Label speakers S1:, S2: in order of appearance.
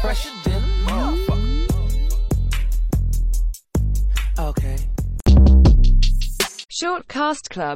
S1: fresher than a motherfucker. Okay.
S2: Shortcast Club